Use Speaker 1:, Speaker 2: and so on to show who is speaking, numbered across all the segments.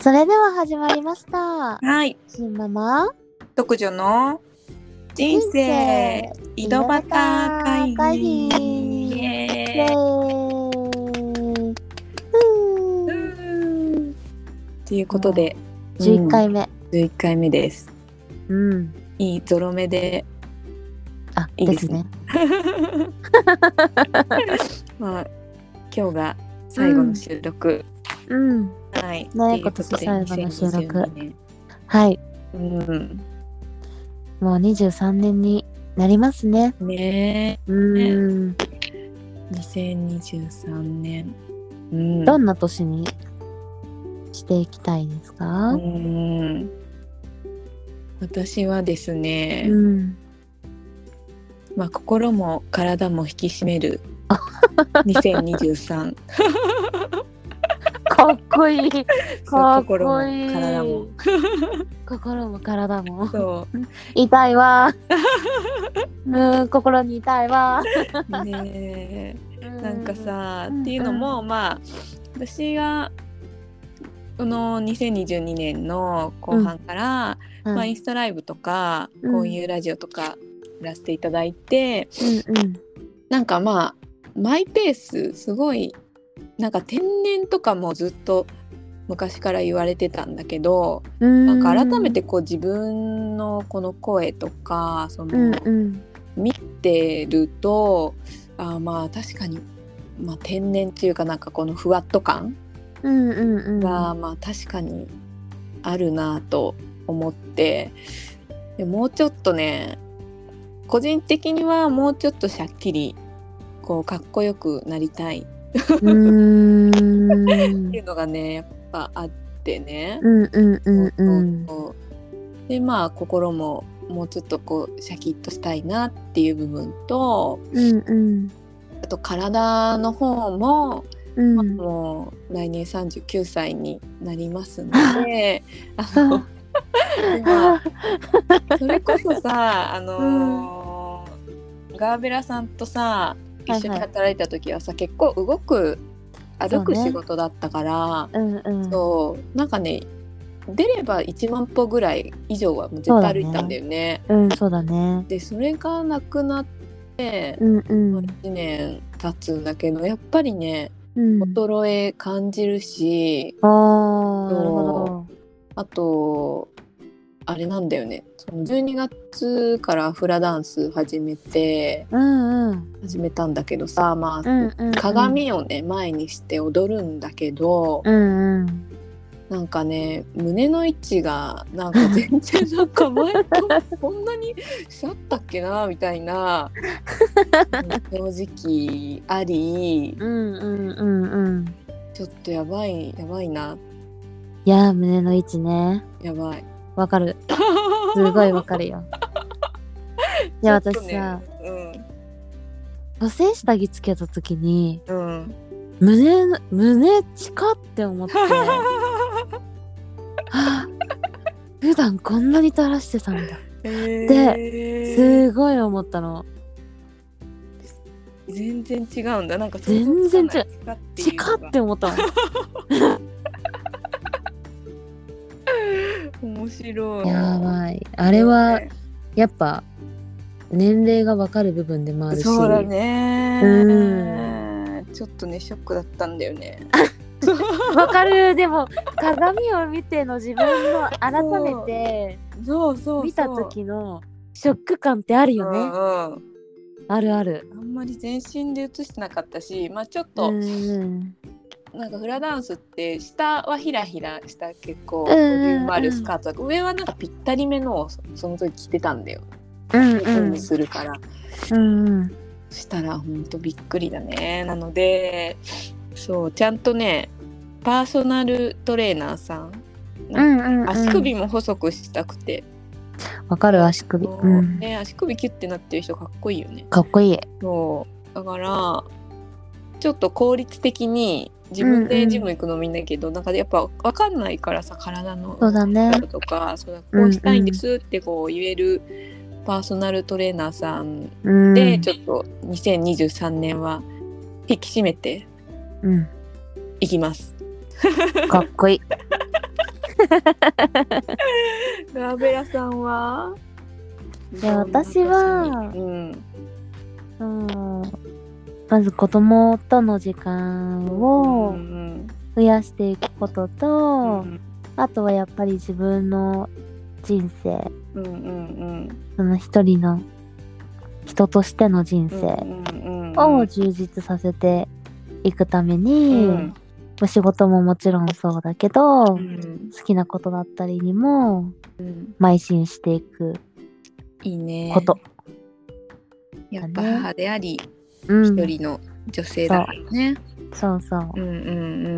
Speaker 1: それでは始まりました。
Speaker 2: はい。
Speaker 1: 新ママ
Speaker 2: 独女の人生井戸端会議。
Speaker 1: 会議
Speaker 2: イ
Speaker 1: イ
Speaker 2: エ
Speaker 1: エ
Speaker 2: ーイ
Speaker 1: ーイ
Speaker 2: う
Speaker 1: ふう
Speaker 2: ーんということで、
Speaker 1: 11回目。
Speaker 2: うん11回目です。
Speaker 1: うん。
Speaker 2: いいゾロ目で、
Speaker 1: あ、
Speaker 2: いい
Speaker 1: で
Speaker 2: ですすね
Speaker 1: ね。
Speaker 2: まあ今日が最後の収録。
Speaker 1: うん。
Speaker 2: はい。
Speaker 1: ね
Speaker 2: ということで
Speaker 1: 今年最後の収録
Speaker 2: 2022年
Speaker 1: はい。
Speaker 2: うん。
Speaker 1: もう23年になりますね。
Speaker 2: ね
Speaker 1: うーん。
Speaker 2: え、2023年。うん。
Speaker 1: どんな年にしていきたいですか
Speaker 2: うーん私はですね、
Speaker 1: うん。
Speaker 2: まあ、心も体も引き締 める2023
Speaker 1: かっこいい。か
Speaker 2: そう
Speaker 1: っこ
Speaker 2: 心
Speaker 1: いい
Speaker 2: も体も
Speaker 1: 心も体も。
Speaker 2: そ
Speaker 1: 痛い わ。うーん、心に痛いわ。
Speaker 2: う ねえなんかさ、
Speaker 1: うん
Speaker 2: っていうのも、まあ私がこの2022年の後半から、
Speaker 1: うん、
Speaker 2: まあ、インスタライブとか、
Speaker 1: うん
Speaker 2: こういうラジオとかやらせていただいて、
Speaker 1: うんうん
Speaker 2: なんかまあマイペースすごいなんか天然とかもずっと昔から言われてたんだけど、なんか改めてこう自分のこの声とかそ
Speaker 1: うん
Speaker 2: の
Speaker 1: うん
Speaker 2: 見てると、あーまあ確かに、まあ、天然っていうかなんかこのふわっと感
Speaker 1: うんうんうん
Speaker 2: がまあ確かにあるなと思ってでもうちょっとね個人的にはもうちょっとしゃっきりこうかっこよくなりたいっ
Speaker 1: うーん
Speaker 2: ていうのがねやっぱあってね。
Speaker 1: うんうんうんうん
Speaker 2: こうでまあ心ももうちょっとこうシャキッとしたいなっていう部分と
Speaker 1: うんうん
Speaker 2: あと体の方も
Speaker 1: うん
Speaker 2: もう来年39歳になりますの であのまあそれこそさあのーガーベラさんとさ
Speaker 1: いはい
Speaker 2: 一緒に働いた時はさ、結構動く歩く
Speaker 1: そうね
Speaker 2: 仕事だったから
Speaker 1: うんうん
Speaker 2: そう,、なんかね出れば1万歩ぐらい以上はもう絶対歩いたんだよね。
Speaker 1: うんそうだね
Speaker 2: でそれがなくなって
Speaker 1: うんうん
Speaker 2: 1年経つんだけどやっぱりね
Speaker 1: うん
Speaker 2: 衰え感じるし
Speaker 1: あーなるほ
Speaker 2: あとあれなんだよねその12月からフラダンス始めて
Speaker 1: どうんうん
Speaker 2: 始めたんだけどさま
Speaker 1: う
Speaker 2: あ、
Speaker 1: んうんうん
Speaker 2: 鏡をね前にして踊るんだけど、
Speaker 1: うんうん
Speaker 2: なんかね胸の位置が なんか全然なんか前とこんなにしちゃったっけなみたいなうん正直あり
Speaker 1: うんうんうんうん
Speaker 2: ちょっとやばいやばいない
Speaker 1: やー胸の位置ね
Speaker 2: やばい。
Speaker 1: わかるすごいわかるよい や私
Speaker 2: ちょっとね
Speaker 1: さ、蘇生下着つけた時に
Speaker 2: うんうん
Speaker 1: 胸の胸近って思 って はあ普段こんなに垂らしてたんだ
Speaker 2: です
Speaker 1: ごい思ったの
Speaker 2: 全然違うんだなんか
Speaker 1: 全然違う
Speaker 2: 近
Speaker 1: 近って思 ったの
Speaker 2: 面白い
Speaker 1: やばいあれはやっぱ年齢がわかる部分でもあるし
Speaker 2: そうだね
Speaker 1: う
Speaker 2: ちょっとねショックだったんだ よね
Speaker 1: わかるでも鏡を見ての自分の改めて
Speaker 2: そうそうそう
Speaker 1: 見た時のショック感ってあるよ
Speaker 2: う
Speaker 1: ね
Speaker 2: んうん
Speaker 1: あるある
Speaker 2: あんまり全身で映してなかったしまあちょっ
Speaker 1: う
Speaker 2: と
Speaker 1: んうん
Speaker 2: なんかフラダンスって下はヒラヒラした結構
Speaker 1: うん
Speaker 2: ボ
Speaker 1: うんうん
Speaker 2: リュームあるスカートだけど上はなんかぴったりめのをそその時着てたんだよ
Speaker 1: うん
Speaker 2: う
Speaker 1: うん
Speaker 2: するから
Speaker 1: うんうん
Speaker 2: したらほんとびっくりだねなのでそうちゃんとねパーソナルトレーナーさん
Speaker 1: うんうんうん
Speaker 2: 足首も細くしたくて、
Speaker 1: わかる足首、
Speaker 2: そう
Speaker 1: うん、
Speaker 2: ね、足首キュッてなってる人かっこいいよね
Speaker 1: かっこいい
Speaker 2: そうだからちょっと効率的に自分
Speaker 1: うんう
Speaker 2: で
Speaker 1: ん
Speaker 2: ジム行くのもいいんだけど、なんかやっぱ分かんないからさ体の
Speaker 1: そうだね
Speaker 2: とかそうだこうしたいんですってこう言えるパーソナルトレーナーさん
Speaker 1: うん
Speaker 2: で、ちょっと2023年は引き締めて
Speaker 1: うん
Speaker 2: いきます。
Speaker 1: かっこいい
Speaker 2: ラベラさんはい
Speaker 1: や私は
Speaker 2: うん
Speaker 1: うんまず子供との時間
Speaker 2: う
Speaker 1: を
Speaker 2: ん
Speaker 1: 増やしていくこと
Speaker 2: う
Speaker 1: と、
Speaker 2: ん
Speaker 1: あとはやっぱり自分の人生
Speaker 2: うんうん
Speaker 1: その一人の人としての人
Speaker 2: うん
Speaker 1: 生
Speaker 2: うんうん
Speaker 1: を充実させていくため
Speaker 2: う
Speaker 1: に、
Speaker 2: ん
Speaker 1: お仕事ももちろんそうだけど、
Speaker 2: うん
Speaker 1: 好きなことだったりにも
Speaker 2: うん
Speaker 1: 邁進していく
Speaker 2: いいね
Speaker 1: こと、
Speaker 2: やっぱ母であり
Speaker 1: う
Speaker 2: 一
Speaker 1: ん
Speaker 2: 人の女性だからね
Speaker 1: そうそう
Speaker 2: うん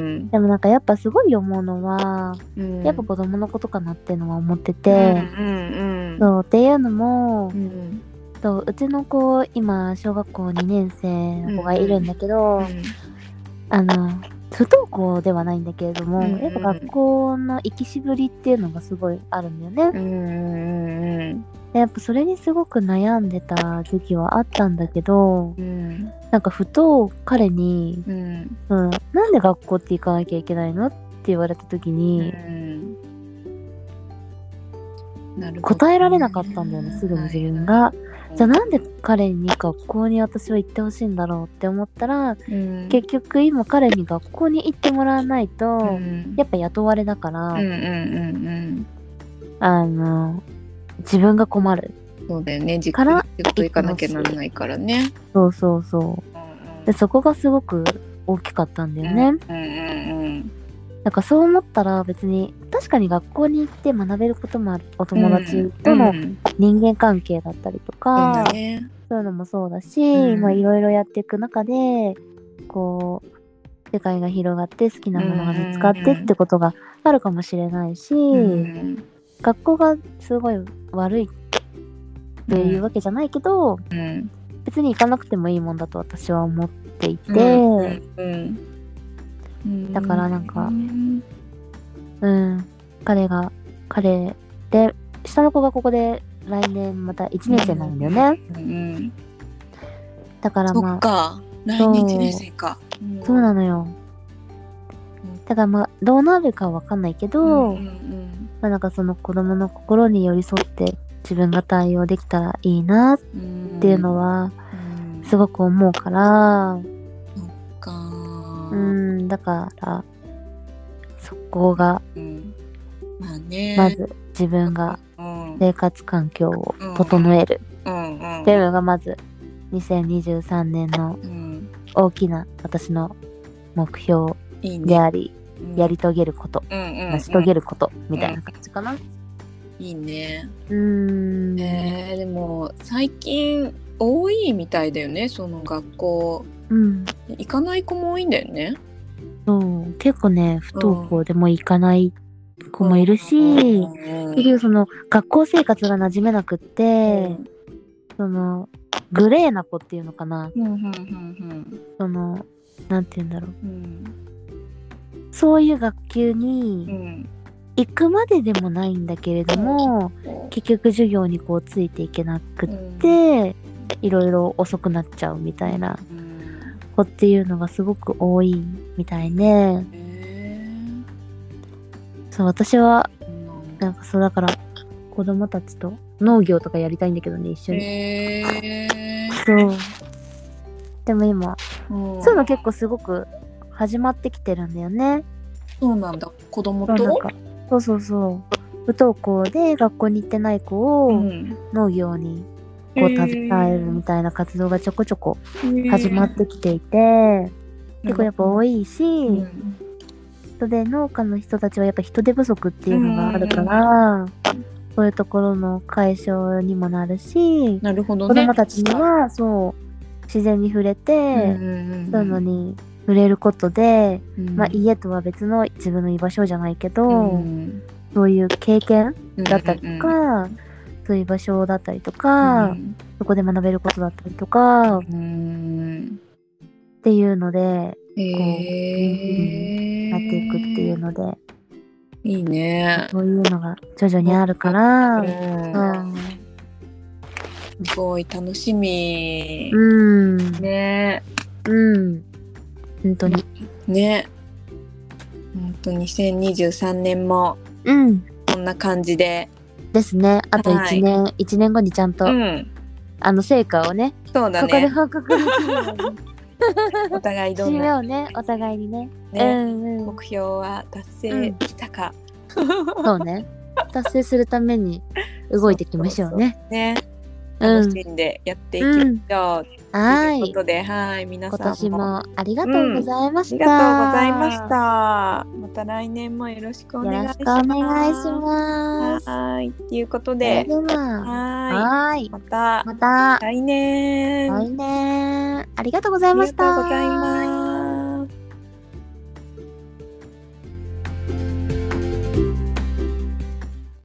Speaker 2: うん
Speaker 1: でもなんかやっぱすごい思うのは、
Speaker 2: うん
Speaker 1: やっぱ子供のことかなっていうのは思って
Speaker 2: うん
Speaker 1: て、
Speaker 2: うんうん
Speaker 1: そうっていうのも、
Speaker 2: うん
Speaker 1: そううちの子今小学校2年生の子がいるんだけど、あの不登校ではないんだけれども、
Speaker 2: うんうん
Speaker 1: やっぱ学校の行きしぶりっていうのがすごいあるんだよね。
Speaker 2: うんうん
Speaker 1: でやっぱそれにすごく悩んでた時期はあったんだけど
Speaker 2: うんうん
Speaker 1: なんかふと彼に
Speaker 2: うんうん
Speaker 1: 「うん、なんで学校って行かなきゃいけないの?」って言われた時に
Speaker 2: なるほどね
Speaker 1: 答えられなかったんだよねすぐに自分、が。じゃあなんで彼に学校に私は行ってほしいんだろうって思ったら
Speaker 2: うん
Speaker 1: 結局今彼に学校に行ってもらわないと
Speaker 2: うん
Speaker 1: やっぱ雇われだから、
Speaker 2: うんうんうん
Speaker 1: あの自分が困る。
Speaker 2: うんそうだよね時
Speaker 1: か
Speaker 2: 間
Speaker 1: ら
Speaker 2: 仕事行かなきゃなんないからね
Speaker 1: そうそうそう。でそこがすごく大きかったんだよね。
Speaker 2: うんうん
Speaker 1: なんかそう思ったら別に確かに学校に行って学べることもあるお友達と
Speaker 2: うんう
Speaker 1: の
Speaker 2: ん
Speaker 1: 人間関係だったりと
Speaker 2: そう
Speaker 1: か、
Speaker 2: だね
Speaker 1: そういうのもそうだ
Speaker 2: う
Speaker 1: し
Speaker 2: ん
Speaker 1: まあいろいろやっていく中でこう世界が広がって好きなものが見つかってってことがあるかもしれないし、
Speaker 2: うん
Speaker 1: 学校がすごい悪いっていうわけじゃないけど、
Speaker 2: うん
Speaker 1: 別に行かなくてもいいもんだと私は思っていて、
Speaker 2: うんうん
Speaker 1: だからなんか
Speaker 2: うん
Speaker 1: うん、彼が彼で下の子がここで来年また1年生になるんだよね、
Speaker 2: うん
Speaker 1: だから
Speaker 2: そ
Speaker 1: ま
Speaker 2: っ
Speaker 1: あ
Speaker 2: か来
Speaker 1: そう
Speaker 2: 年一年生か
Speaker 1: そうなのよ
Speaker 2: うん
Speaker 1: だからまあどうなるかわかんないけど、
Speaker 2: うんう
Speaker 1: まあ
Speaker 2: ん
Speaker 1: なんかその子供の心に寄り添って自分が対応できたらいいなっ
Speaker 2: うん
Speaker 1: ていうのは
Speaker 2: うん
Speaker 1: すごく思うから、
Speaker 2: か
Speaker 1: うんだからそこが
Speaker 2: うんまあね
Speaker 1: まず自分が
Speaker 2: うん
Speaker 1: 生活環境を整える
Speaker 2: うんうん
Speaker 1: っていうのがまず2023年の
Speaker 2: うん
Speaker 1: 大きな私の目標
Speaker 2: いいね
Speaker 1: であり、
Speaker 2: うん
Speaker 1: やり遂げること、
Speaker 2: うんうんうん
Speaker 1: 成し遂げること、みたいな感じかな。
Speaker 2: いいね
Speaker 1: うーん、
Speaker 2: えーでも最近多いみたいだよねその学校
Speaker 1: うん、
Speaker 2: 行かない子も多いんだよね
Speaker 1: そう結構ね不登校でも行かない子もいるし、
Speaker 2: うん
Speaker 1: 結局その学校生活が馴染めなくって、そのグレーな子っていうのかな
Speaker 2: うんうんうん
Speaker 1: そのなんて言うんだろう
Speaker 2: うん
Speaker 1: そういう学級
Speaker 2: う
Speaker 1: に
Speaker 2: ん
Speaker 1: 行くまででもないんだけれども、
Speaker 2: うん
Speaker 1: 結局授業にこうついていけなくっ
Speaker 2: うん
Speaker 1: て、いろいろ遅くなっちゃうみたいな
Speaker 2: うん
Speaker 1: 子っていうのがすごく多いみたいね。
Speaker 2: え
Speaker 1: そう私は
Speaker 2: ーなんだ
Speaker 1: なんかそうだから子供たちと農業とかやりたいんだけどね一緒に。
Speaker 2: えー
Speaker 1: そうでも今
Speaker 2: うん
Speaker 1: そういうの結構すごく始まってきてるんだよね。
Speaker 2: そうなんだ子供
Speaker 1: そうなん
Speaker 2: と
Speaker 1: かそうそうそう不登校で学校に行ってない子を
Speaker 2: ん
Speaker 1: 農業にこう携えるみたいな活動がちょこちょこ始まってきていて結構やっぱ多いし。
Speaker 2: うん
Speaker 1: 人で農家の人たちはやっぱ人手不足っていうのがあるから、そういうところの解消にもなるし、
Speaker 2: なるほど
Speaker 1: 子
Speaker 2: ね。
Speaker 1: 供たちにはそう自然に触れ
Speaker 2: うんう
Speaker 1: て、
Speaker 2: ん
Speaker 1: そういうのに触れることで、
Speaker 2: うん、
Speaker 1: まあ、家とは別の自分の居場所じゃないけど、
Speaker 2: うん
Speaker 1: そういう経験だったりとか、
Speaker 2: うん
Speaker 1: そういう場所だったりと
Speaker 2: うん
Speaker 1: か、そこで学べることだったりとかっ
Speaker 2: うん
Speaker 1: ていうので
Speaker 2: へえ
Speaker 1: なっていくっていうので、
Speaker 2: いいね。
Speaker 1: そういうのが徐々にあるから。
Speaker 2: うん
Speaker 1: うん
Speaker 2: すごい楽しみ。
Speaker 1: うん。
Speaker 2: ね
Speaker 1: うん。本当に。
Speaker 2: ね。本当2023年も
Speaker 1: うん。
Speaker 2: こんな感じで、
Speaker 1: ですね。あと
Speaker 2: はい
Speaker 1: 1年、一年後にちゃんと、
Speaker 2: うん、
Speaker 1: あの成果をね、
Speaker 2: そうだ
Speaker 1: ここで
Speaker 2: ね
Speaker 1: 報告できるように
Speaker 2: お互いど
Speaker 1: 締
Speaker 2: ん
Speaker 1: め
Speaker 2: な、
Speaker 1: をね、お互いにね。う
Speaker 2: ね
Speaker 1: ん うん。
Speaker 2: 目標は達成できたか、
Speaker 1: そうね。達成するために動いていきましょうね。
Speaker 2: ね
Speaker 1: う
Speaker 2: 楽
Speaker 1: ん
Speaker 2: し。んでやっていきましょう、
Speaker 1: は
Speaker 2: という
Speaker 1: い
Speaker 2: こ。とで、はい、皆
Speaker 1: 今
Speaker 2: さ
Speaker 1: 年
Speaker 2: んもあ
Speaker 1: もありがとうございました。
Speaker 2: りがとうございました。。また来年もよろしくお
Speaker 1: よ
Speaker 2: 願い
Speaker 1: ろ
Speaker 2: し
Speaker 1: しくお
Speaker 2: ます。
Speaker 1: 願いします。
Speaker 2: はい、ということ
Speaker 1: それ
Speaker 2: で
Speaker 1: で、は、
Speaker 2: は
Speaker 1: はい
Speaker 2: い、。また
Speaker 1: また
Speaker 2: 来年。
Speaker 1: 来年ありがとうござ
Speaker 2: あ
Speaker 1: い
Speaker 2: り
Speaker 1: ま
Speaker 2: がと
Speaker 1: した。
Speaker 2: うございます。